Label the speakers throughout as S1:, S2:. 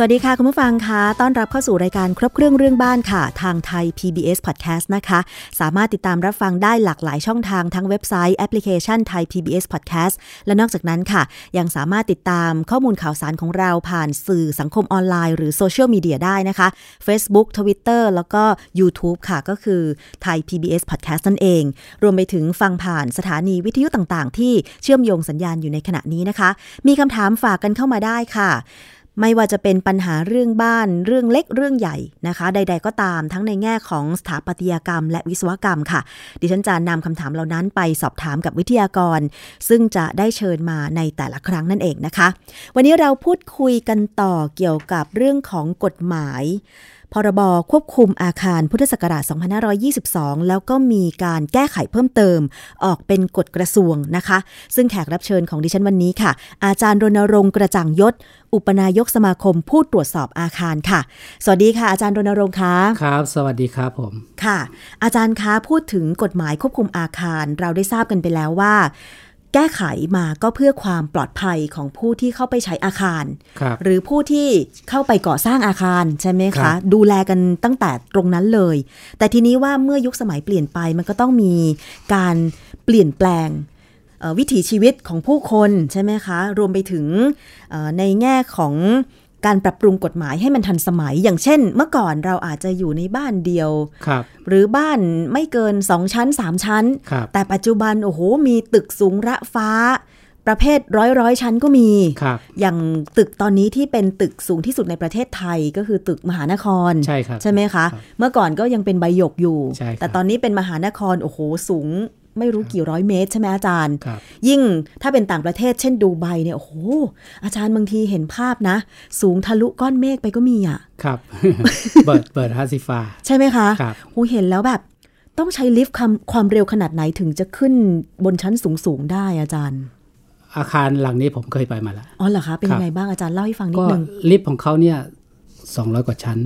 S1: สวัสดีค่ะ คุณผู้ฟังคะต้อนรับเข้าสู่รายการครบเครื่องเรื่องบ้านค่ะ ทางไทย PBS Podcast นะคะ สามารถติดตามรับฟังได้หลากหลายช่องทางทั้งเว็บไซต์แอปพลิเคชันไทย PBS Podcast และนอกจากนั้นค่ะ ยังสามารถติดตามข้อมูลข่าวสารของเราผ่านสื่อสังคมออนไลน์หรือโซเชียลมีเดียได้นะคะ Facebook Twitter แล้วก็ YouTube ค่ะก็คือไทย PBS Podcast นั่นเอง รวมไปถึงฟังผ่านสถานีวิทยุต่างๆ ที่เชื่อมโยงสัญญาณอยู่ในขณะนี้นะคะ มีคำถามฝากกันเข้ามาได้ค่ะ ไม่ว่าจะเป็นปัญหาเรื่องบ้านเรื่องเล็กเรื่องใหญ่นะคะ ใด ๆ ก็ตามทั้งในแง่ของสถาปัตยกรรม และวิศวกรรมค่ะ ดิฉันจะนำคำถามเหล่านั้นไปสอบถามกับวิทยากร ซึ่งจะได้เชิญมาในแต่ละครั้งนั่นเองนะคะ วันนี้เราพูดคุยกันต่อเกี่ยวกับเรื่องของกฎหมาย พรบควบคุมอาคารพุทธศักราช 2522 แล้วก็มีการแก้ไขเพิ่มเติม ออกเป็นกฎกระทรวงนะคะ ซึ่งแขกรับเชิญของดิฉันวันนี้ค่ะ อาจารย์รณรงค์กระจ่างยศ อุปนายกสมาคมผู้ตรวจสอบอาคารค่ะ สวัสดีค่ะ อาจารย์รณรงค์ค่ะ
S2: ครับ สวัสดีครับผม
S1: ค่ะ อาจารย์คะพูดถึงกฎหมายควบคุมอาคาร เราได้ทราบกันไปแล้วว่า แก้ไขมาก็เพื่อความปลอดภัยของผู้ที่เข้าไปใช้อาคาร
S2: ครับ
S1: หรือผู้ที่เข้าไปก่อสร้างอาคารใช่ไหม
S2: ครั
S1: คะ
S2: บ
S1: ดูแลกันตั้งแต่ตรงนั้นเลย แต่ทีนี้ว่าเมื่อยุคสมัยเปลี่ยนไปมันก็ต้องมีการเปลี่ยนแปลงเอ่อวิถีชีวิตของผู้คนใช่ไหมคะ รวมไปถึงเอ่อในแง่ของการปรับปรุงกฎหมายให้มันทันสมัย อย่างเช่น เมื่อก่อนเราอาจจะอยู่ในบ้านเดียว
S2: ครับ
S1: หรือบ้านไม่เกิน 2 ชั้น 3 ชั้น
S2: ครับ
S1: แต่ปัจจุบัน โอ้โห มีตึกสูงระฟ้า ประเภทร้อยร้อยชั้นก็มี
S2: ครับ
S1: อย่างตึกตอนนี้ที่เป็นตึกสูงที่สุดในประเทศไทยก็คือตึกมหานคร
S2: ใช่ครับ
S1: ใช่ไหมคะ
S2: ครับ
S1: เมื่อก่อนก็ยังเป็นใบหยกอยู่
S2: ใช่ครับ
S1: แต่ตอนนี้เป็นมหานคร โอ้โห สูงไม่รู้กี่ร้อยเมตรใช่ไหมอาจารย์
S2: ครับ
S1: ยิ่งถ้าเป็นต่างประเทศเช่นดูไบเนี่ย โอ้โห อาจารย์บางทีเห็นภาพนะ สูงทะลุก้อนเมฆไปก็มีอ่ะ
S2: ครับ เบิร์ดเบิร์ดฮาซิฟา
S1: ใช่ไหมคะ
S2: ครับ
S1: โอ้เห็นแล้วแบบ ต้องใช้ลิฟต์ความความเร็วขนาดไหนถึงจะขึ้นบนชั้นสูงๆได้อาจารย์
S2: อาคารหลังนี้ผมเคยไปมาแล้ว
S1: อ๋อเหรอคะ เป็น
S2: ครับ
S1: ยังไงบ้างอาจารย์เล่าให้ฟังนิ
S2: ก็
S1: ดนึง
S2: ลิฟต์ของเขาเนี่ยสองร้อยกว่าชั้น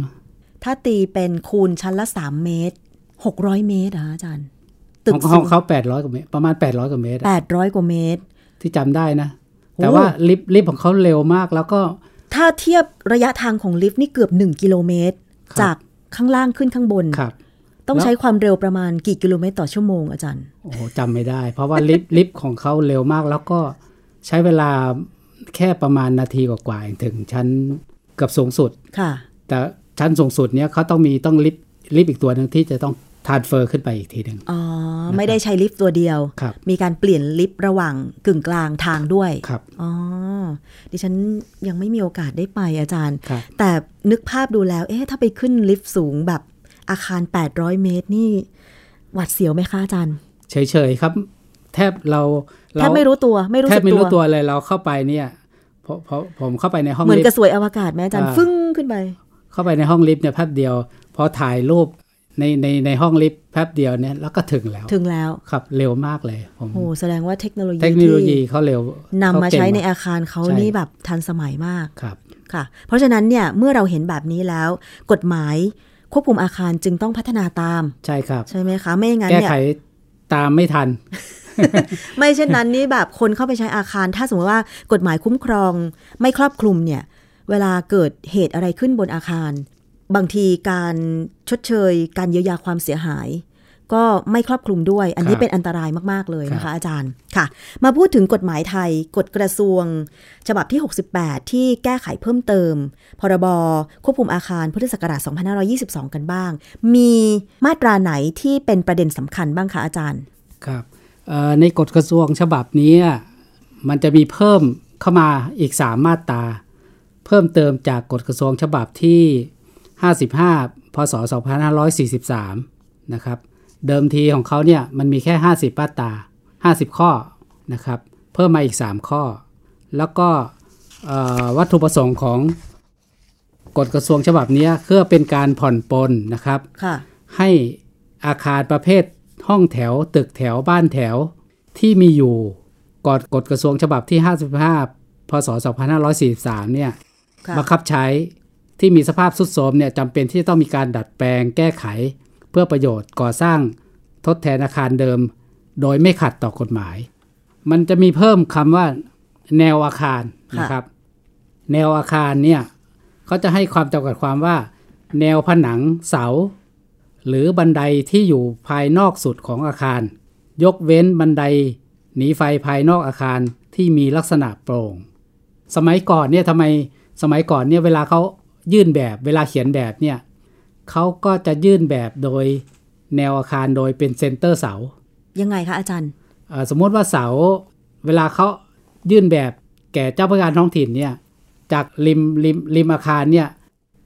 S1: ถ้าตีเป็นคูณชั้นละ 3 เมตร 600 เมตรเหรอคะอาจารย์ ตึ
S2: ข
S1: ก
S2: องห้องเขาแปดร้อยกว่าเมตร ประมาณแปดร้อยกว่าเม ตรอะ
S1: 800 กว่าเมตร
S2: ที่จำได้นะ
S1: โอ้
S2: แต่ว่าลิฟต์ลิฟต์ของเขาเร็วมาก แล้วก็
S1: ถ้าเทียบระยะทางของลิฟต์นี่เกือบ 1 กิโลเมตร
S2: ครับ
S1: จากข้างล่างขึ้นข้างบน
S2: ครับ
S1: ต้อง
S2: แล้ว
S1: ใช้ความเร็วประมาณกี่กิโลเมตรต่อชั่วโมงอาจารย์
S2: โอ้โหจำไม่ได้ เพราะว่าลิฟ ต์ลิฟต์ของเขาเร็วมาก แล้วก็ใช้เวลาแค่ประมาณนาทีกว่าๆเองถึงชั้นเกือบสูงสุด
S1: ค่ะ
S2: แต่ชั้นสูงสุดเนี่ยเขาต้องมีต้องลิฟต์ลิฟต์อีกตัวหนึ่งที่จะต้องทานเฟอร์ขึ้นไปอีกทีหนึ่ง
S1: อ๋อ ไม่ได้ใช้ลิฟต์ตัวเดียว
S2: ครับ
S1: มีการเปลี่ยนลิฟต์ระหว่างกึ่งกลางทางด้วย
S2: ครับ
S1: อ๋อ ดิฉันยังไม่มีโอกาสได้ไปอาจารย์
S2: ครับ
S1: แต่นึกภาพดูแล้ว เอ๊ะ ถ้าไปขึ้นลิฟต์สูงแบบอาคาร 800 เมตรนี่ หวัดเสียวไหมคะอาจารย์
S2: เฉยๆครับ แทบเรา
S1: แทบไม่รู้ตัว ไม่รู้
S2: แท
S1: สึ
S2: บ
S1: ก
S2: ไม่
S1: ตั
S2: รู้ตัว วเลยเราเข้าไปเนี่ยพอพอผมเข้าไปในห้อง
S1: เหมือน
S2: ลิฟ
S1: กระ
S2: ต์
S1: สวยอวกาศไหมอาจารย์
S2: อ่า
S1: ฟึ้งขึ้นไป
S2: เข้าไปในห้องลิฟต์เนี่ยแป๊บเดียว พอถ่ายรูปในในในห้องลิฟต์แป๊บเดียวเนี่ยแล้วก็ถึงแล้ว
S1: ถึงแล้ว
S2: ครับเร็วมากเลยผม
S1: โห แสดงว่าเทคโนโลยี
S2: เทคโนโลยี
S1: ที่
S2: เขาเร็วน
S1: ำมาใช้ใน
S2: เขเก่งมก
S1: อาคารเขา
S2: ใช่
S1: นี่แบบทันสมัยมาก
S2: ครับ
S1: ค่ะ เพราะฉะนั้นเนี่ยเมื่อเราเห็นแบบนี้แล้ว กฎหมายควบคุมอาคารจึงต้องพัฒนาตาม
S2: ใช่ครับ
S1: ใช่ไหมคะ ไม่อย่างนั้น
S2: แก้
S1: เนี่ย
S2: ไขตามไม่ทัน
S1: ไม่เช่นนั้นนี่แบบคนเข้าไปใช้อาคาร ถ้าสมมติว่ากฎหมายคุ้มครองไม่ครอบคลุมเนี่ย เวลาเกิดเหตุอะไรขึ้นบนอาคาร บางทีการชดเชย การเยียวยาความเสียหาย ก็ไม่ครอบคลุมด้วย อันนี้
S2: ครับ
S1: เป็นอันตรายมาก ๆ เลยนะ
S2: ค
S1: คะ
S2: รับ
S1: อาจารย์ค่ะ มาพูดถึงกฎหมายไทยกฎกระทรวง ฉบับที่ 68 ที่แก้ไขเพิ่มเติม พรบควบคุมอาคารพุทธศักราช 2522 กันบ้าง มีมาตราไหนที่เป็นประเด็นสำคัญบ้างคะอาจารย์
S2: ครับเอ่อในกฎกระทรวงฉบับนี้มันจะมีเพิ่มเข้ามาอีก 3 มาตรา เพิ่มเติมจากกฎกระทรวงฉบับที่ 55 พศ 2543 นะครับ เดิมทีของเขาเนี่ยมันมีแค่ 50 มาตรา 50 ข้อนะครับ เพิ่มมาอีก 3 ข้อ แล้วก็เอ่อวัตถุประสงค์ของกฎกระทรวงฉบับนี้เพื่อเป็นการผ่อนปลนนะครับ
S1: ค่ะ
S2: ให้อาคารประเภทห้องแถว ตึกแถวบ้านแถวที่มีอยู่กฎกฎกระทรวงฉบับที่ 55 พศ 2543 เนี่ย
S1: ค่ะ
S2: บังคับใช้ที่มีสภาพสุดโทรมเนี่ยจำเป็นที่จะต้องมีการดัดแปลงแก้ไข เพื่อประโยชน์ก่อสร้างทดแทนอาคารเดิม โดยไม่ขัดต่อกฎหมาย มันจะมีเพิ่มคำว่า แนวอาคาร
S1: ค่ะ
S2: นะครับ แนวอาคารเนี่ยเขาจะให้ความจำกัดความว่า แนวผนังเสา หรือบันไดที่อยู่ภายนอกสุดของอาคาร ยกเว้นบันไดหนีไฟภายนอกอาคารที่มีลักษณะโปร่ง สมัยก่อนเนี่ยทำไมสมัยก่อนเนี่ยเวลาเขายื่นแบบเวลาเขียนแบบเนี่ยเขาก็จะยื่นแบบโดยแนวอาคารโดยเป็นเซนเตอร์เสา
S1: ยังไงคะอาจารย์
S2: เอ่อสมมติว่าเสาเวลาเขายื่นแบบแก่เจ้าพนักงานท้องถิ่นเนี่ยจากริมริมริมอาคารเนี่ย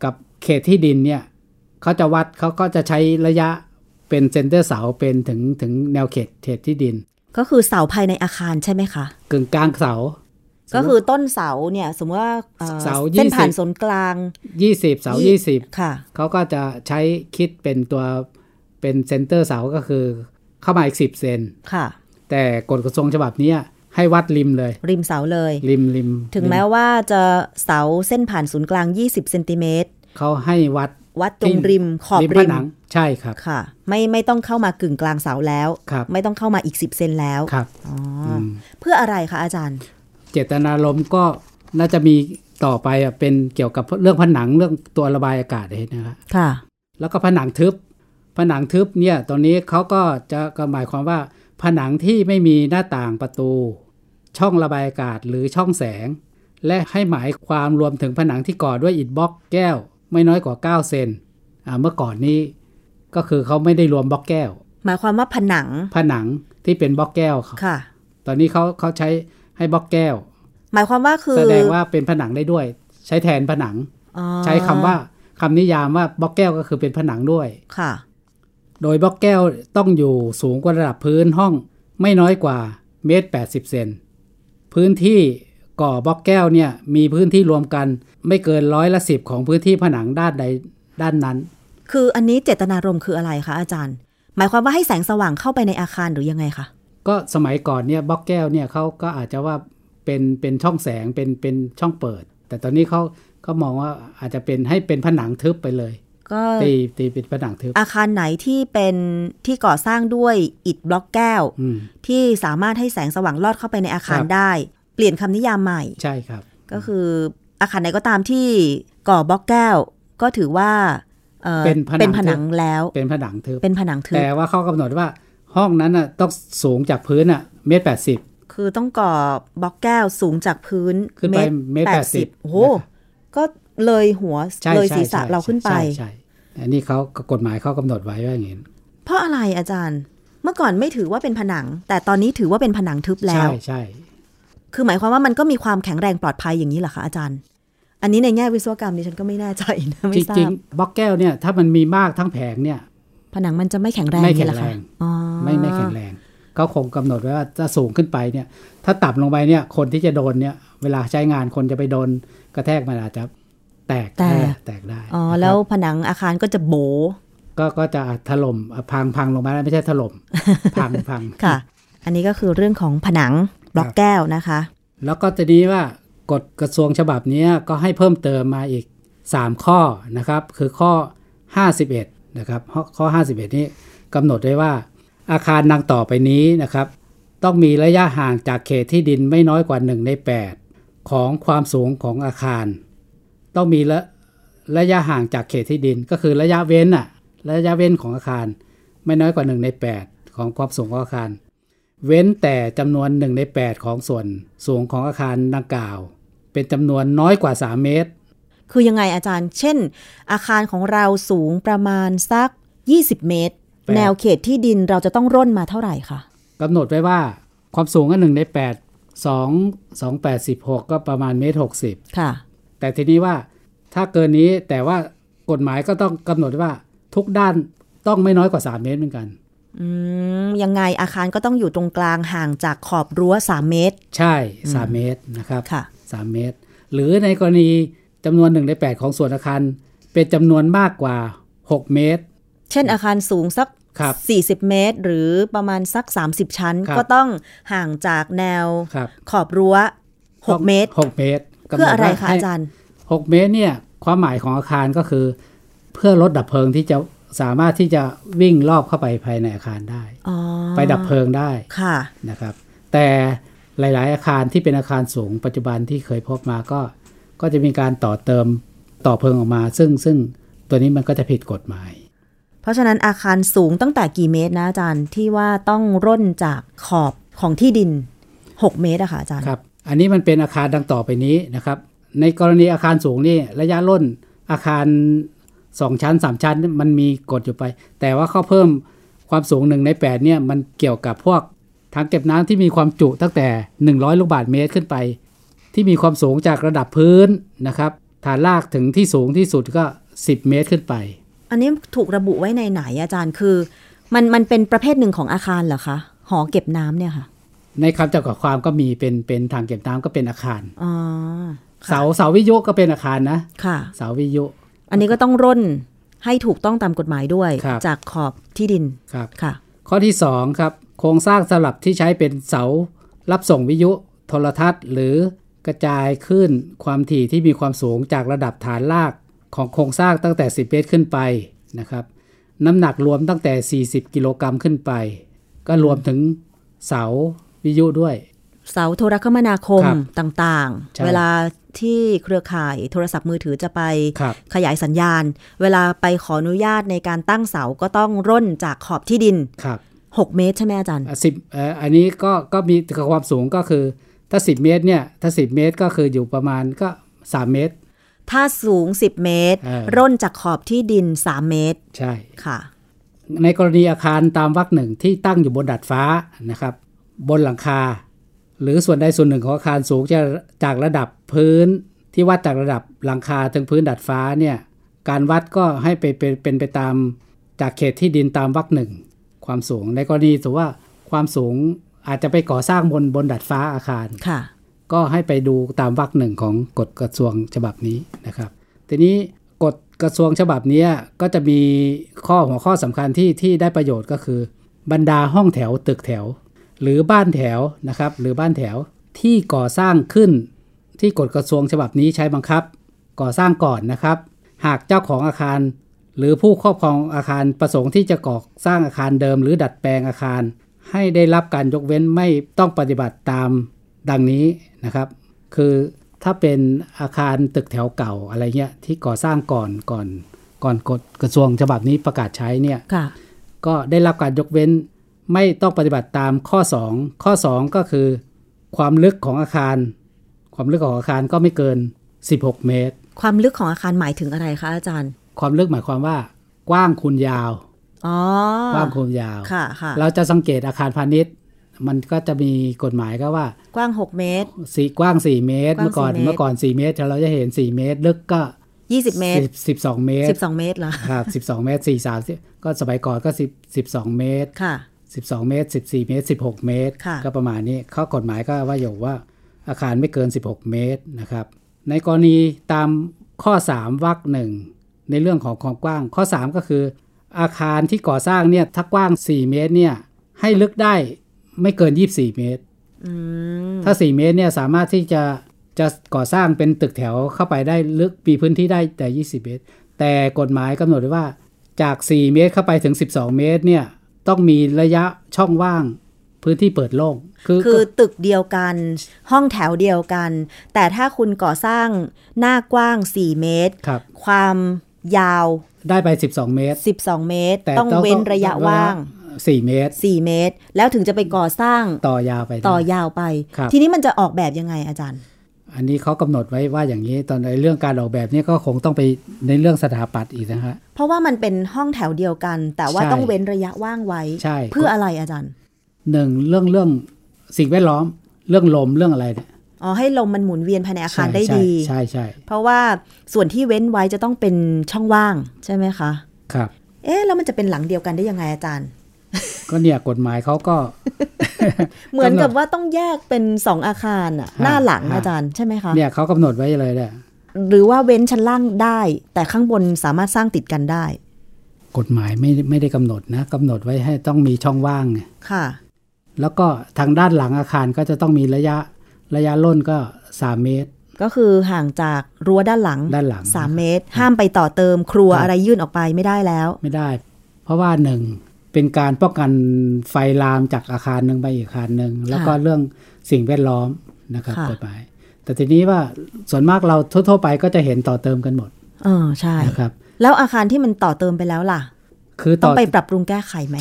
S2: กับเขตที่ดินเนี่ยเขาจะวัดเขาก็จะใช้ระยะเป็นเซนเตอร์เสาเป็นถึงถึงแนวเขตเขตที่ดิน
S1: ก็คือเสาภายในอาคารใช่ไหมคะ
S2: กึ่งกลางเสา
S1: ก็คือต้นเสาเนี่ยสมมติว่าอ่อ
S2: เสา
S1: เส้น
S2: ยี่สิบ
S1: ผ่านศูนย์กลาง
S2: 20 เสา
S1: ค่ะ
S2: 20 เขาก็จะใช้คิดเป็นตัวเป็นเซนเตอร์เสาก็คือเข้ามาอีก 10 เซน
S1: ค่ะ
S2: แต่กฎกระทรวงฉบับเนี้ยให้วัดริมเลย
S1: ริมเสาเลย
S2: ริมริม
S1: ถึงแม้ว่าจะเสาเส้นผ่านศูนย์กลาง 20เซนติเมตร
S2: เขาให้วัด
S1: วัดตรงริมขอบ
S2: ผ
S1: ริม
S2: นังใช่ครับ
S1: ค่ะ ไม่ไม่ต้องเข้ามากึ่งกลางเสาแล้ว
S2: ครับ
S1: ไม่ต้องเข้ามาอีก 10เซนแล้ว
S2: ครับ
S1: อ๋ออ
S2: ม
S1: เพื่ออะไรคะอาจารย์
S2: เจตนารมณ์ก็น่าจะมีต่อไปอ่ะเป็นเกี่ยวกับเรื่องผนังเรื่องตัวระบายอากาศเห็นนะครับ
S1: ค่ะ
S2: แล้วก็ผนังทึบ ผนังทึบเนี่ยตอนนี้เขาก็จะก็หมายความว่า ผนังที่ไม่มีหน้าต่างประตู ช่องระบายอากาศหรือช่องแสง และให้หมายความรวมถึงผนังที่ก่อด้วยอิฐบล็อกแก้ว ไม่น้อยกว่า 9 เซนอ่าเมื่อก่อนนี้ก็คือเขาไม่ได้รวมบล็อกแก้ว
S1: หมายความว่าผนัง
S2: ผนังที่เป็นบล็อกแก้ว
S1: ค่ะ
S2: ตอนนี้เขาเขาใช้ให้บล็อกแก้ว
S1: หมายความว่าคือ
S2: แสดงว่าเป็นผนังได้ด้วย ใช้แทนผนัง
S1: อ๋อ
S2: ใช้คำว่าคำนิยามว่าบล็อกแก้วก็คือเป็นผนังด้วย
S1: ค่ะ
S2: โดยบล็อกแก้วต้องอยู่สูงกว่าระดับพื้นห้องไม่น้อยกว่าเมตร80เซนพื้นที่ก่อบล็อกแก้วเนี่ยมีพื้นที่รวมกันไม่เกินร้อยละสิบของพื้นที่ผนังด้านใดด้านนั้น
S1: คืออันนี้เจตนารมณ์คืออะไรคะอาจารย์ หมายความว่าให้แสงสว่างเข้าไปในอาคารหรือยังไงคะ
S2: ก็สมัยก่อนเนี่ยบล็อกแก้วเนี่ยเขาก็อาจจะว่าเป็นเป็นช่องแสงเป็นเป็นช่องเปิด แต่ตอนนี้เขาก็มองว่าอาจจะเป็นให้เป็นผนังทึบไปเลย
S1: ก็
S2: ตีตีเป็นผนังทึบ
S1: อาคารไหนที่เป็นที่ก่อสร้างด้วยอิฐบล็อกแก้ว
S2: อืม
S1: ที่สามารถให้แสงสว่างลอดเข้าไปในอาคาร
S2: ครับ
S1: ได้ เปลี่ยนคำนิยามใหม่
S2: ใช่ครับ
S1: ก็คืออาคารไหนก็ตามที่ก่อบล็อกแก้ว ก็ถือว่าอ่อ
S2: เป็นผนัง
S1: เป็นผนังแล้ว
S2: เป็นผนังทึบ
S1: เป็นผนังทึบ
S2: แต่ว่าเขากำหนดว่าห้องนั้นน่ะต้องสูงจากพื้นอ่ะเมตรแปดสิบ
S1: คือต้องก่อบล็อกแก้วสูงจากพื้น
S2: ขึ้นไปเมตรแปดสิบ
S1: โอ้โห
S2: นะครับ
S1: ก็เลยหัว
S2: ใช่
S1: เลย
S2: ใช่
S1: ศีรษะ
S2: ใช่
S1: เราขึ้นไป
S2: ใช่ใช่อันนี้เขากฎหมายเขากำหนดไว้ว่าอย่างนี้
S1: เพราะอะไรอาจารย์ เมื่อก่อนไม่ถือว่าเป็นผนัง แต่ตอนนี้ถือว่าเป็นผนังทึบแล้
S2: ใช่
S1: ว
S2: ใช่
S1: คือหมายความว่ามันก็มีความแข็งแรงปลอดภัยอย่างนี้เหรอคะอาจารย์ อันนี้ในแง่วิศวกรรมดิฉันก็ไม่แน่ใจนะ
S2: จ
S1: ไม่ทรา
S2: ริง
S1: บ
S2: ๆบล็อกแก้วเนี่ยถ้ามันมีมากทั้งแผงเนี่ย
S1: ผนังมันจะไม่แข็งแรง
S2: ไม่แข็ง
S1: นี่หอคะ
S2: แรง
S1: อ๋อ
S2: ไม่ไม่แข็งแรงเขาคงกำหนดไว้ว่าถ้าสูงขึ้นไปเนี่ยถ้าต่ำลงไปเนี่ยคนที่จะโดนเนี่ยเวลาใช้งานคนจะไปโดนกระแทกมันอาจจะแตกได้แตกได้
S1: อ๋อแล้ว
S2: นะครับ
S1: ผนังอาคารก็จะโบ
S2: ก็ก็จะถล่มพังพังลงมาได้ไม่ใช่ถล่ม พังพัง
S1: ค่ะ อันนี้ก็คือเรื่องของผนังบล็อก
S2: ครับ
S1: แก้วนะคะ
S2: แล้วก็ทีนี้ว่ากฎกระทรวงฉบับเนี้ยก็ให้เพิ่มเติมมาอีก 3 ข้อนะครับ คือข้อ 51 นะครับข้อข้อ 51 นี้กำหนดไว้ว่า อาคารดังต่อไปนี้นะครับ ต้องมีระยะห่างจากเขตที่ดินไม่น้อยกว่า 1 ใน 8 ของความสูงของอาคาร ต้องมีระระยะห่างจากเขตที่ดิน ก็คือระยะเว้นอะระยะเว้นของอาคาร ไม่น้อยกว่า 1 ใน 8 ของความสูงของอาคาร เว้นแต่จำนวน1ใน 8 ของส่วนสูงของอาคารดังกล่าว เป็นจำนวนน้อยกว่า 3 เมตร
S1: คือยังไงอาจารย์ เช่น อาคารของเราสูงประมาณสัก 20 เมตร
S2: แปด
S1: แนวเขตที่ดินเราจะต้องร่นมาเท่าไหร่คะ
S2: กำหนดไว้ว่าความสูงก็1ใน 8 2 2 8 16 ก็ประมาณเมตร
S1: ค่ะ
S2: 60 แต่ทีนี้ว่าถ้าเกินนี้แต่ว่ากฎหมายก็ต้องกำหนดว่าทุกด้านต้องไม่น้อยกว่า 3 เมตรเหมือนกัน
S1: อืมยังไงอาคารก็ต้องอยู่ตรงกลางห่างจากขอบรั้ว 3 เมตร
S2: ใช่ 3 เมตรนะครับ
S1: ค่ะ
S2: 3 เมตร หรือในกรณีจำนวน1ใน 8 ของส่วนอาคาร เป็นจำนวนมากกว่า 6 เมตร
S1: เช่นอาคารสูงสัก
S2: ครับ
S1: 40 เมตร หรือประมาณสัก 30 ชั้น
S2: ครับ
S1: ก็ต้องห่างจากแนว
S2: ครับ
S1: ขอบรั้ว 6 เมตร
S2: หกเมตรกำห
S1: เพื่
S2: นด
S1: ออะไร
S2: ว่า
S1: คะ
S2: ให้
S1: อาจารย์
S2: 6 เมตรเนี่ยความหมายของอาคารก็คือ เพื่อรถดับเพลิงที่จะสามารถที่จะวิ่งรอบเข้าไปภายในอาคารได้
S1: อ๋อ
S2: ไปดับเพลิงได้
S1: ค่ะ
S2: นะครับ แต่หลาย ๆ อาคารที่เป็นอาคารสูงปัจจุบันที่เคยพบมาก็ ก็จะมีการต่อเติมต่อเพลิงออกมา ซึ่งซึ่งตัวนี้มันก็จะผิดกฎหมาย
S1: เพราะฉะนั้นอาคารสูงตั้งแต่กี่เมตรนะอาจารย์ที่ว่าต้องร่นจากขอบของที่ดิน 6 เมตรอะค่ะอาจารย์
S2: ครับ อันนี้มันเป็นอาคารดังต่อไปนี้นะครับ ในกรณีอาคารสูงนี่ระยะร่นอาคาร 2 ชั้น 3 ชั้นมันมีกฎอยู่ไป แต่ว่าเขาเพิ่มความสูงหนึ่งใน 8 เนี่ยมันเกี่ยวกับพวกถังเก็บน้ำที่มีความจุตั้งแต่ 100 ลูกบาทเมตรขึ้นไป ที่มีความสูงจากระดับพื้นนะครับ ฐานรากถึงที่สูงที่สุดก็ 10 เมตรขึ้นไป
S1: อันนี้ถูกระบุไว้ในไหนอาจารย์คือ มันมันเป็นประเภทหนึ่งของอาคารเหรอคะ หอเก็บน้ำเนี่ยค่ะ
S2: ในคำจำกัดความก็มีเป็นเป็นถังเก็บน้ำก็เป็นอาคาร
S1: อ๋อ
S2: เสาเสาวิทยุก็เป็นอาคารนะ
S1: ค่ะ
S2: เสาวิทยุ
S1: อันนี้ก็ต้องร่นให้ถูกต้องตามกฎหมายด้วย
S2: ครับ
S1: จากขอบที่ดิน
S2: ครับ
S1: ค่ะ
S2: ข้อที่ 2 ครับ โครงสร้างสลับที่ใช้เป็นเสา รับส่งวิทยุโทรทัศน์ หรือกระจายขึ้นความถี่ที่มีความสูงจากระดับฐานรากของโครงสร้างตั้งแต่ 10 เมตรขึ้นไปนะครับ น้ำหนักรวมตั้งแต่ 40 กิโลกรัมขึ้นไป ก็รวมถึงเสาวิทยุด้วย
S1: เสาโทรคมนาคม
S2: ครับ
S1: ต่างๆ
S2: ใช่
S1: เวลาที่เครือข่ายโทรศัพท์มือถือจะไป
S2: ครับ
S1: ขยายสัญญาณ เวลาไปขออนุญาตในการตั้งเสาก็ต้องร่นจากขอบที่ดิน
S2: ครับ
S1: 6 เมตรใช่ไหมอาจารย์
S2: สิบอันนี้ก็ก็มีความสูงก็คือถ้า 10 เมตรเนี่ยถ้า 10 เมตรก็คืออยู่ประมาณก็ 3 เมตร
S1: ถ้าสูง 10 เมตร
S2: เออ
S1: ร่นจากขอบที่ดิน 3 เมตร
S2: ใช่
S1: ค่ะ
S2: ในกรณีอาคารตามวรรคหนึ่งที่ตั้งอยู่บนดาดฟ้านะครับ บนหลังคา หรือส่วนใดส่วนหนึ่งของอาคารสูงจะจากระดับพื้นที่วัดจากระดับหลังคาถึงพื้นดาดฟ้าเนี่ยการวัดก็ให้ไปเป็นเป็นไปตามจากเขตที่ดินตามวรรคหนึ่งความสูง ในกรณีถือว่าความสูงอาจจะไปก่อสร้างบนบนดาดฟ้าอาคาร
S1: ค่ะ
S2: ก็ให้ไปดูตามวรรคหนึ่งของกฎกระทรวงฉบับนี้นะครับ ทีนี้กฎกระทรวงฉบับเนี้ยก็จะมีข้อหัวข้อสำคัญที่ที่ได้ประโยชน์ก็คือ บรรดาห้องแถวตึกแถว หรือบ้านแถวนะครับ หรือบ้านแถวที่ก่อสร้างขึ้น ที่กฎกระทรวงฉบับนี้ใช้บังคับ ก่อสร้างก่อนนะครับ หากเจ้าของอาคาร หรือผู้ครอบครองอาคารประสงค์ที่จะก่อสร้างอาคารเดิม หรือดัดแปลงอาคาร ให้ได้รับการยกเว้นไม่ต้องปฏิบัติตามดังนี้นะครับ คือถ้าเป็นอาคารตึกแถวเก่าอะไรเงี้ยที่ก่อสร้างก่อนก่อนก่อนกฎกระทรวงฉบับนี้ประกาศใช้เนี่ย
S1: ค่ะ
S2: ก็ได้รับการยกเว้นไม่ต้องปฏิบัติตามข้อ 2 ข้อ 2 ก็คือ ความลึกของอาคาร ความลึกของอาคารก็ไม่เกิน 16 เมตร
S1: ความลึกของอาคารหมายถึงอะไรคะอาจารย์
S2: ความลึกหมายความว่า กว้างคูณยาว
S1: อ๋อก
S2: ว้างคูณยาว
S1: ค่ะค่ะ
S2: เราจะสังเกตอาคารพาณิชย์ มันก็จะมีกฎหมายก็ว่าก
S1: ว้าง 6 เมตร
S2: สี่กว้าง 4 เมตร
S1: กว้าง
S2: เมื่อก่อน
S1: สี่เมตร
S2: เมื่อก่อน 4 เมตรเราจะเห็น 4 เมตร ลึกก็
S1: 20 เมตร
S2: สิบ12 เมตร
S1: 12 เมตรเหรอ
S2: ครับ12 เมตร4 3ก็สมัยก่อนก็10 12 เมตร
S1: ค่ะ
S2: 12 เมตร 14 เมตร 16 เมตร
S1: ค่ะ
S2: ก็ประมาณนี้ข้อกฎหมายก็ว่าอยู่ว่าอาคารไม่เกิน 16 เมตรนะครับ ในกรณีตามข้อ 3วรรคหนึ่งในเรื่องของความกว้าง ข้อ 3 ก็คือ อาคารที่ก่อสร้างเนี่ยถ้ากว้าง 4 เมตรเนี่ยให้ลึกได้ไม่เกิน 24 เมตร
S1: อืม
S2: ถ้า 4 เมตรเนี่ยสามารถที่จะจะก่อสร้างเป็นตึกแถวเข้าไปได้ลึกมีพื้นที่ได้แต่ 20 เมตร แต่กฎหมายกำหนดไว้ว่าจาก 4 เมตรเข้าไปถึง 12 เมตรเนี่ยต้องมีระยะช่องว่างพื้นที่เปิดโล่ง คือ
S1: คือตึกเดียวกัน ห้องแถวเดียวกัน แต่ถ้าคุณก่อสร้างหน้ากว้าง 4 เมตร
S2: ครับ
S1: ความยาว
S2: ได้ไป 12 เมตร
S1: 12 เมตร
S2: แต่
S1: ต้องเว้นระยะว่าง
S2: 4 เมตร
S1: 4 เมตร แล้วถึงจะไปก่อสร้าง
S2: ต่อยาวไปได้
S1: ต่อยาวไป
S2: ครับ
S1: ทีนี้มันจะออกแบบยังไงอาจารย์
S2: อันนี้เขากำหนดไว้ว่าอย่างนี้ตอนในเรื่องการออกแบบเนี่ยก็คงต้องไปในเรื่องสถาปัตย์อีกนะฮะ
S1: เพราะว่ามันเป็นห้องแถวเดียวกัน แต่ว่า
S2: ใช่
S1: ต้องเว้นระยะว่างไว้
S2: ใช่
S1: เพื่ออะไรอาจารย์
S2: หนึ่งเรื่องเรื่องสิ่งแวดล้อมเรื่องลมเรื่องอะไรเนี่ย
S1: อ๋อ ให้ลมมันหมุนเวียนภายในอาคาร
S2: ใช่
S1: ได้ดี
S2: ใช่ใช่ใช่
S1: เพราะว่าส่วนที่เว้นไว้จะต้องเป็นช่องว่างใช่ไหมคะ
S2: ครับ
S1: เอ๊ะ แล้วมันจะเป็นหลังเดียวกันได้ยังไงอาจารย์
S2: ก็เนี่ยกฎหมายเขาก็
S1: เหมือนกับว่าต้องแยกเป็นสองอาคารน่ะหน้าหลัง
S2: ฮะ
S1: อาจารย์ใช่ไหม คะ
S2: เนี่ยเขากำหนดไว้เลยแหละ
S1: หรือว่าเว้นชั้นล่างได้ แต่ข้างบนสามารถสร้างติดกันได้
S2: กฎหมายไม่ไม่ได้กำหนดนะกำหนดไว้ให้ต้องมีช่องว่างไง
S1: ค่ะ
S2: แล้วก็ทางด้านหลังอาคารก็จะต้องมีระยะระยะร่นก็ 3 เมตร
S1: ก็คือห่างจากรั้วด้านหลัง
S2: ด้านหลัง
S1: สามเมตร ห้ามไปต่อเติมครัว
S2: ครับ
S1: อะไรยื่นออกไปไม่ได้แล้ว
S2: ไม่ได้ เพราะว่าหนึ่งเป็นการป้องกันไฟลามจากอาคารหนึ่งไปอีกอาคารหนึ่งแล้วก็เรื่องสิ่งแวดล้อมนะครับ
S1: ค่ะ
S2: กฎหมาย แต่ทีนี้ว่าส่วนมากเราทั่วๆไปก็จะเห็นต่อเติมกันหมด
S1: เออใช่
S2: นะครับ
S1: แล้วอาคารที่มันต่อเติมไปแล้วล่ะ
S2: คือ
S1: ต้
S2: ต่
S1: อง
S2: อ
S1: ไปปรับปรุงแก้ไขไหม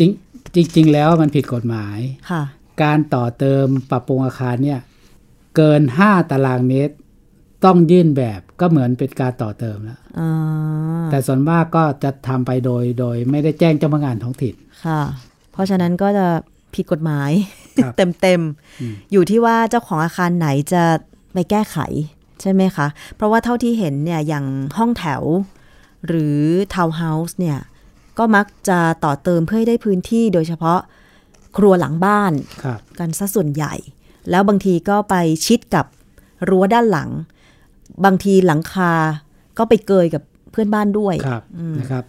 S2: จริงจริง ๆ แล้วมันผิดกฎหมาย
S1: ค่ะ
S2: การต่อเติมปรับปรุงอาคารเนี่ยเกิน 5 ตารางเมตร ต้องยื่นแบบก็เหมือนเป็นการต่อเติมแล้ว
S1: อ่า
S2: แต่ส่วนมากก็จะทำไปโดยโดยไม่ได้แจ้งเจ้าพนักงานท้องถิ่น
S1: ค่ะ เพราะฉะนั้นก็จะผิดกฎหมาย
S2: ครับ
S1: เต็ม เต็มๆอยู่ที่ว่าเจ้าของอาคารไหนจะไปแก้ไข ใช่ไหมคะ เพราะว่าเท่าที่เห็นเนี่ยอย่างห้องแถว หรือทาวน์เฮาส์เนี่ย ก็มักจะต่อเติมเพื่อให้ได้พื้นที่โดยเฉพาะครัวหลังบ้าน
S2: ครับ
S1: กันซะส่วนใหญ่ แล้วบางทีก็ไปชิดกับรั้วด้านหลัง บางทีหลังคาก็ไปเกยกับเพื่อนบ้านด้วย
S2: ครับนะครับ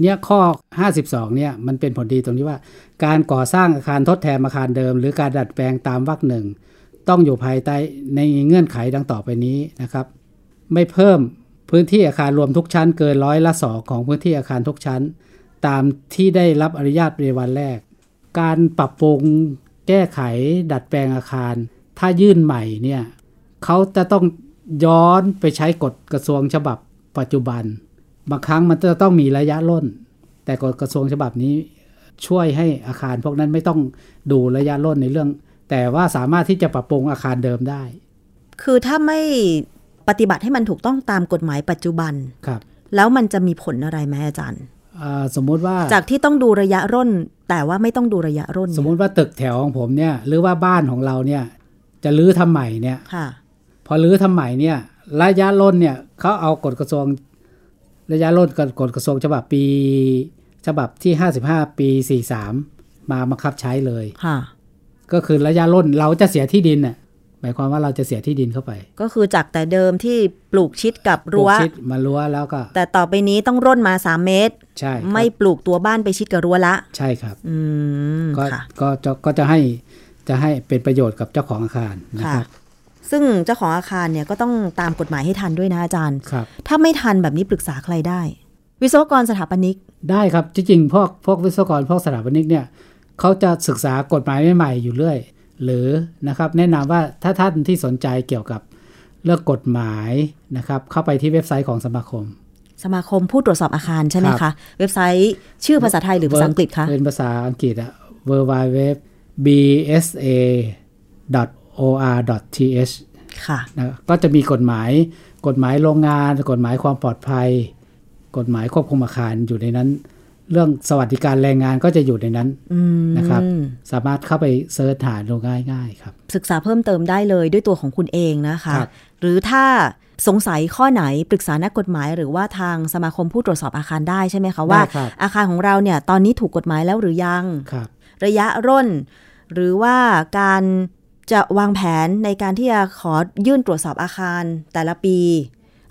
S2: เนี่ยข้อ 52เนี่ยมันเป็นผลดีตรงที่ว่า การก่อสร้างอาคารทดแทนอาคารเดิม หรือการดัดแปลงตามวรรคหนึ่ง ต้องอยู่ภายใต้ในเงื่อนไขดังต่อไปนี้นะครับ ไม่เพิ่มพื้นที่อาคารรวมทุกชั้นเกินร้อยละสองของพื้นที่อาคารทุกชั้น ตามที่ได้รับอนุญาตในวันแรก การปรับปรุงแก้ไขดัดแปลงอาคาร ถ้ายื่นใหม่เนี่ยเขาจะต้องย้อนไปใช้กฎกระทรวงฉบับปัจจุบัน บางครั้งมันจะต้องมีระยะล่น แต่กฎกระทรวงฉบับนี้ช่วยให้อาคารพวกนั้นไม่ต้องดูระยะล่นในเรื่อง แต่ว่าสามารถที่จะปรับปรุงอาคารเดิมได้
S1: คือถ้าไม่ปฏิบัติให้มันถูกต้องตามกฎหมายปัจจุบัน
S2: ครับ
S1: แล้วมันจะมีผลอะไรไหมอาจารย์
S2: อ่าสมมุติว่า
S1: จากที่ต้องดูระยะร่น แต่ว่าไม่ต้องดูระยะร่น
S2: สมมุติว่าตึกแถวของผมเนี่ยหรือว่าบ้านของเราเนี่ยจะรื้อทำใหม่เนี่ย
S1: ค่ะ
S2: พอรื้อทำใหม่เนี่ยระยะล่นเนี่ยเขาเอากฎกระทรวงระยะล่นกับกฎกระทรวงฉบับปี ฉบับที่ 55 ปี 43 มาบังคับใช้เลย
S1: ค่ะ
S2: ก็คือระยะล่นเราจะเสียที่ดินน่ะหมายความว่าเราจะเสียที่ดินเข้าไป
S1: ก็คือจากแต่เดิมที่ปลูกชิดกับ
S2: ปลู
S1: รั้
S2: ก
S1: ว
S2: ชิดมารั้วแล้วก็
S1: แต่ต่อไปนี้ต้องร่นมา 3 เมตร
S2: ใช่
S1: ไม่ปลูกตัวบ้านไปชิดกับรั้วละ
S2: ใช่ครับ
S1: อืม
S2: ก็
S1: ค่ะ
S2: ก็จะก็จะให้จะให้เป็นประโยชน์กับเจ้าของอาคารนะค
S1: ค่ะ
S2: รับ
S1: ซึ่งเจ้าของอาคารเนี่ยก็ต้องตามกฎหมายให้ทันด้วยนะอาจารย์
S2: ครับ
S1: ถ้าไม่ทันแบบนี้ปรึกษาใครได้ วิศวกรสถาปนิก
S2: ได้ครับจริงๆพวกพวกวิศวกรพวกสถาปนิกเนี่ยเขาจะศึกษากฎหมายใหม่ๆอยู่เรื่อย หรือนะครับแนะนำว่าถ้าท่านที่สนใจเกี่ยวกับเรื่องกฎหมายนะครับเข้าไปที่เว็บไซต์ของสมาคม
S1: สมาคมผู้ตรวจสอบอาคารใช่ไหม
S2: ครั
S1: คะ
S2: บ
S1: เว็บไซต์ชื่อภาษาไทยหรือภาษาอังกฤษคะ
S2: เป็นภาษาอังกฤษอะ w w w bsa or th
S1: ค่ะ
S2: นะก็จะมีกฎหมายกฎหมายโรงงาน กฎหมายความปลอดภัย กฎหมายควบคุมอาคารอยู่ในนั้น เรื่องสวัสดิการแรงงานก็จะอยู่ในนั้นนะครับ สามารถเข้าไปเซิร์ชหาดูง่ายๆครับ
S1: ศึกษาเพิ่มเติมได้เลยด้วยตัวของคุณเองนะคะ
S2: ครับ
S1: หรือถ้าสงสัยข้อไหนปรึกษานักกฎหมาย หรือว่าทางสมาคมผู้ตรวจสอบอาคารได้ใช่ไหมคะว่า
S2: ได้ครับ
S1: อาคารของเราเนี่ยตอนนี้ถูกกฎหมายแล้วหรือยัง
S2: ครับ
S1: ระยะร่น หรือว่าการจะวางแผนในการที่จะขอยื่นตรวจสอบอาคารแต่ละปี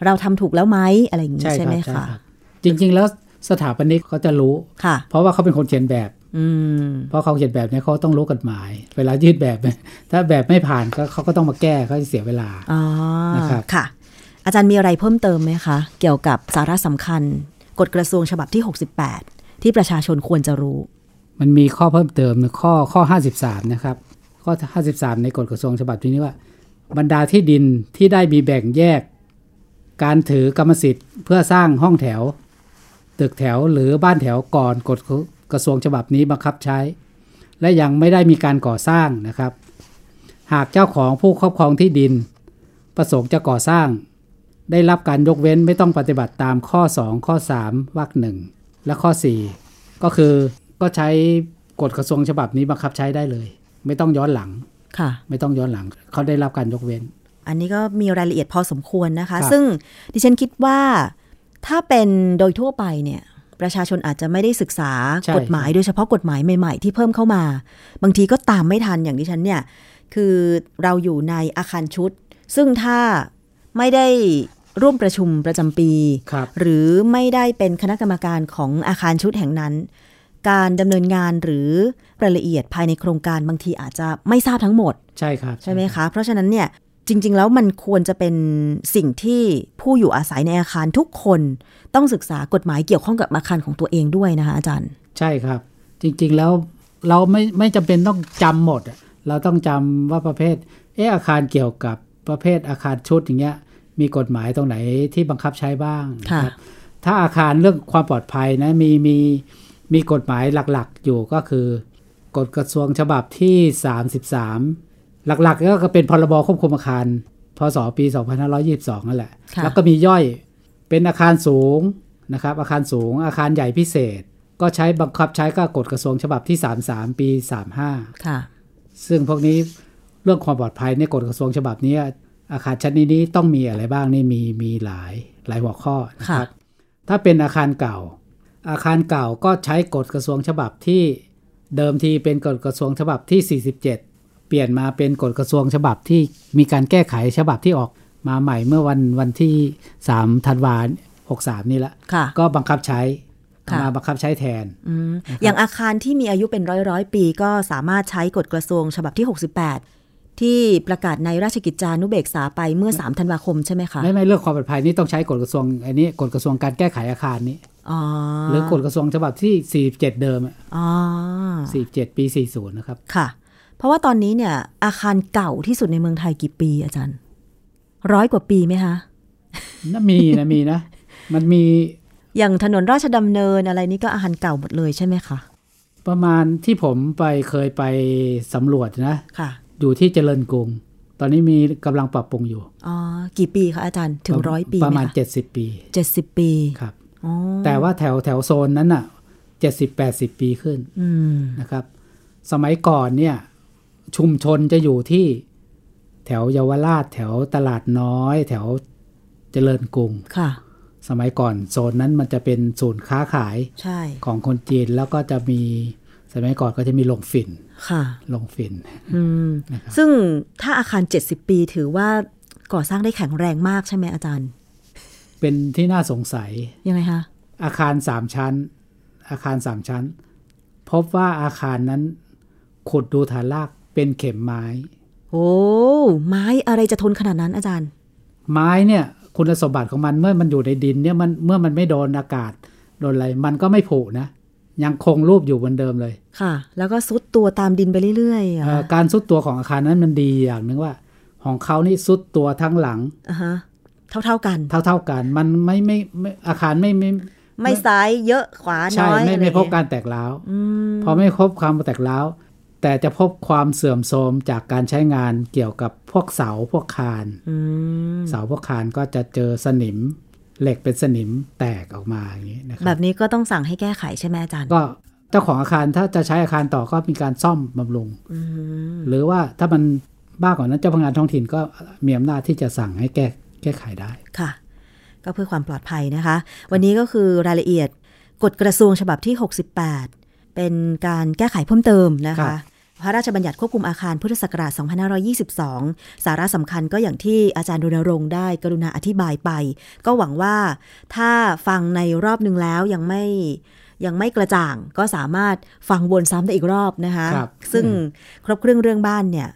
S1: เราทำถูกแล้วไหมอะไรอย่างนี้
S2: ใช่
S1: ใช่
S2: ค
S1: ไห
S2: รั
S1: ม
S2: บใช่
S1: คะ
S2: ครับจริงๆแล้วสถาปนิกเขาจะรู้
S1: ค่ะ
S2: เพราะว่าเขาเป็นคนเขียนแบบ
S1: อืม
S2: เพราะเขาเขียนแบบเนี่ยเขาต้องรู้กฎหมาย เวลายืดแบบเนี่ยถ้าแบบไม่ผ่านก็เขาก็ต้องมาแก้เขาจะเสียเวลา
S1: อ๋อ
S2: นะครับ
S1: ค่ะ อาจารย์มีอะไรเพิ่มเติมไหมคะ เกี่ยวกับสาระสำคัญ กฎกระทรวงฉบับที่ 68 ที่ประชาชนควรจะรู้
S2: มันมีข้อเพิ่มเติมหนึ่งข้อข้อ 53 นะครับ ข้อ 53 ในกฎกระทรวงฉบับที่นี้ว่า บรรดาที่ดินที่ได้มีแบ่งแยก การถือกรรมสิทธิ์ เพื่อสร้างห้องแถว ตึกแถวหรือบ้านแถวก่อนกฎกระทรวงฉบับนี้บังคับใช้ และยังไม่ได้มีการก่อสร้างนะครับ หากเจ้าของผู้ครอบครองที่ดิน ประสงค์จะก่อสร้าง ได้รับการยกเว้นไม่ต้องปฏิบัติตามข้อ 2 ข้อ 3วรรคหนึ่งและข้อ 4 ก็คือก็ใช้กฎกระทรวงฉบับนี้บังคับใช้ได้เลย ไม่ต้องย้อนหลัง
S1: ค่ะ
S2: ไม่ต้องย้อนหลัง เขาได้รับการยกเว้น
S1: อันนี้ก็มีรายละเอียดพอสมควรนะคะ
S2: ครับ
S1: ซึ่งดิฉันคิดว่า ถ้าเป็นโดยทั่วไปเนี่ย ประชาชนอาจจะไม่ได้ศึกษากฎหมายโดยเฉพาะกฎหมายใหม่ ๆ ที่เพิ่มเข้ามา บางทีก็ตามไม่ทันอย่างดิฉันเนี่ย คือเราอยู่ในอาคารชุด ซึ่งถ้าไม่ได้ร่วมประชุมประจำปี
S2: ครับ
S1: หรือไม่ได้เป็นคณะกรรมการของอาคารชุดแห่งนั้น การดำเนินงานหรือรายละเอียดภายในโครงการบางทีอาจจะไม่ทราบทั้งหมด
S2: ใช่ครับ
S1: ใช่ไหมคะ เพราะฉะนั้นเนี่ย จริง ๆ แล้วมันควรจะเป็นสิ่งที่ผู้อยู่อาศัยในอาคารทุกคนต้องศึกษากฎหมายเกี่ยวข้องกับอาคารของตัวเองด้วยนะคะอาจารย์
S2: ใช่ครับ จริงๆแล้วเราไม่ไม่จำเป็นต้องจำหมดอะเราต้องจำว่าประเภทเอออาคารเกี่ยวกับประเภทอาคารชุดอย่างเงี้ยมีกฎหมายตรงไหนที่บังคับใช้บ้าง
S1: ค่ะ
S2: นะครับถ้าอาคารเรื่องความปลอดภัยนะมีมีมีกฎหมายหลักๆอยู่ก็คือกฎกระทรวงฉบับที่ 33 หลักๆก็เป็นพรบควบคุมอาคารพศปี 2522 นั่นแหละ
S1: ค่ะ
S2: แล้วก็มีย่อยเป็นอาคารสูงนะครับ อาคารสูง อาคารใหญ่พิเศษ ก็ใช้บังคับใช้ก็กฎกระทรวงฉบับที่ 33 ปี
S1: ค่ะ
S2: 35 ซึ่งพวกนี้เรื่องความปลอดภัยในกฎกระทรวงฉบับเนี้ยอาคารชั้นนี้ๆต้องมีอะไรบ้างนี่มีมีหลายหลายหัวข้อนะค
S1: ค่ะ
S2: รับ ถ้าเป็นอาคารเก่า อาคารเก่าก็ใช้กฎกระทรวงฉบับที่เดิมทีเป็นกฎกระทรวงฉบับที่ 47 เปลี่ยนมาเป็นกฎกระทรวงฉบับที่มีการแก้ไขฉบับที่ออกมาใหม่เมื่อวันวันที่ 3 ธันวาคม63 นี่ละ
S1: ค่ะ
S2: ก็บังคับใช้
S1: ค่ะ
S2: มาบังคับใช้แทน
S1: อืมอย่างอาคารที่มีอายุเป็นร้อยร้อยๆปีก็สามารถใช้กฎกระทรวงฉบับที่ 68 ที่ประกาศในราชกิจจานุเบกษาไปเมื่อ 3 ธันวาคมใช่ไหมคะ
S2: ไม่ไม่เรื่องความปลอดภัยนี่ต้องใช้กฎกระทรวงอันนี้กฎกระทรวงการแก้ไขอาคารนี้
S1: อ๋อ
S2: หรือกฎกระทรวงฉบับที่ 47 เดิมอะ
S1: อ๋อ
S2: 47 ปี 40 นะครับ
S1: ค่ะ เพราะว่าตอนนี้เนี่ย อาคารเก่าที่สุดในเมืองไทยกี่ปีอาจารย์ ร้อยกว่าปีไหมคะ
S2: น่ามีนะมีนะ มันมี
S1: อย่างถนนราชดำเนินอะไรนี่ก็อาคารเก่าหมดเลยใช่ไหมคะ
S2: ประมาณที่ผมไปเคยไปสำรวจนะ
S1: ค่ะ
S2: อยู่ที่เจริญกรุง ตอนนี้มีกำลังปรับปรุงอยู่
S1: อ๋อ กี่ปีคะอาจารย์ถึง
S2: ปะ
S1: ร้อยปี
S2: ประมาณ
S1: ไหค
S2: 70 ปี
S1: เจ็ดสิบปี
S2: ครับ
S1: อ๋อ
S2: แต่ว่าแถวแถวโซนนั้นอ่ะ 70 80 ปีขึ้น
S1: อืม
S2: นะครับ สมัยก่อนเนี่ย ชุมชนจะอยู่ที่แถวเยาวราช แถวตลาดน้อย แถวเจริญกรุง
S1: ค่ะ
S2: สมัยก่อนโซนนั้นมันจะเป็นศูนย์ค้าขาย
S1: ใช่
S2: ของคนจีนแล้วก็จะมีสมัยก่อนก็จะมีโรงฝิ่น
S1: ค่ะ
S2: โรงฝิ่น
S1: อืม ซึ่งถ้าอาคาร 70 ปีถือว่าก่อสร้างได้แข็งแรงมากใช่ไหมอาจารย์
S2: เป็นที่น่าสงสัย
S1: ยังไงคะ
S2: อาคารสามชั้น อาคารสามชั้น พบว่าอาคารนั้น ขุดดูฐานรากเป็นเข็มไม้
S1: โอ้ไม้อะไรจะทนขนาดนั้นอาจารย์
S2: ไม้เนี่ย คุณสมบัติของมันเมื่อมันอยู่ในดินเนี่ยมันเมื่อมันไม่โดนอากาศโดนอะไรมันก็ไม่ผุนะ ยังคงรูปอยู่เหมือนเดิมเลย
S1: ค่ะ แล้วก็ซุดตัวตามดินไปเรื่อยๆอะ
S2: เอ่อการซุดตัวของอาคารนั้นมันดีอย่างหนึ่งว่า ของเขานี่ซุดตัวทั้งหลัง
S1: อ่ะฮะ เท่าๆกัน
S2: เท่าๆกัน มันไม่ไม่ไม่อาคารไม่ไม่
S1: ไม่ซ้ายเยอะขวา
S2: ใช่
S1: น้อย
S2: ไม่
S1: อะร
S2: ไม่พ
S1: อ
S2: บ
S1: ย่งเงี้ย
S2: การแตกร้าว
S1: อืม
S2: พอไม่พบความแตกร้าว แต่จะพบความเสื่อมโทรมจากการใช้งานเกี่ยวกับพวกเสาพวกคาน
S1: อืม
S2: เสาพวกคานก็จะเจอสนิม เหล็กเป็นสนิมแตกออกมาอย่างนี้นะค
S1: แบ
S2: รับบ
S1: นี้ก็ต้องสั่งให้แก้ไขใช่ไหมอาจารย์
S2: ก็เจ้าของอาคารถ้าจะใช้อาคารต่อก็มีการซ่อมบำรุง
S1: อืม
S2: หรือว่าถ้ามันมากกว่านั้นเจ้าพนักงานท้องถิ่นก็มีอำนาจที่จะสั่งให้แก้แก้ไขได้
S1: ค่ะ ก็เพื่อความปลอดภัยนะคะ วันนี้ก็คือรายละเอียดกฎกระทรวงฉบับที่ 68 เป็นการแก้ไขเพิ่มเติมนะ
S2: ครั
S1: คะ
S2: บ
S1: พระราชบัญญัติควบคุมอาคารพุทธศักราช 2522 สาระสำคัญก็อย่างที่อาจารย์รณรงค์ได้กรุณาอธิบายไป ก็หวังว่าถ้าฟังในรอบหนึ่งแล้วยังไม่ยังไม่กระจ่างก็สามารถฟังวนซ้ำได้อีกรอบนะคะ
S2: ครับ
S1: ซึ่งครบเครื่องเรื่องบ้านเนี่ย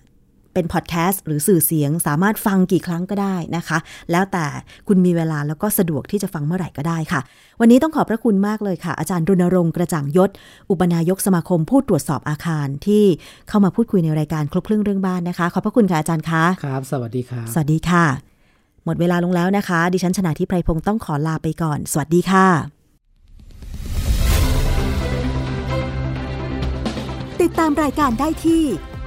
S1: เป็นพอดแคสต์หรือสื่อเสียงสามารถฟังกี่ครั้งก็ได้นะคะ แล้วแต่คุณมีเวลาแล้วก็สะดวกที่จะฟังเมื่อไหร่ก็ได้ค่ะ วันนี้ต้องขอบพระคุณมากเลยค่ะ อาจารย์รณรงค์กระจ่างยศ อุปนายกสมาคมผู้ตรวจสอบอาคารที่เข้ามาพูดคุยในรายการครบเครื่องเรื่องบ้านนะคะ ขอบพระคุณค่ะอาจารย์คะ
S2: ครับ สวัสดีครับ
S1: สวัสดีค่ะ หมดเวลาลงแล้วนะคะ ดิฉันชนะทิพไพรพงศ์ต้องขอลาไปก่อน สวัสดีค่ะ ติดตามรายการได้ที่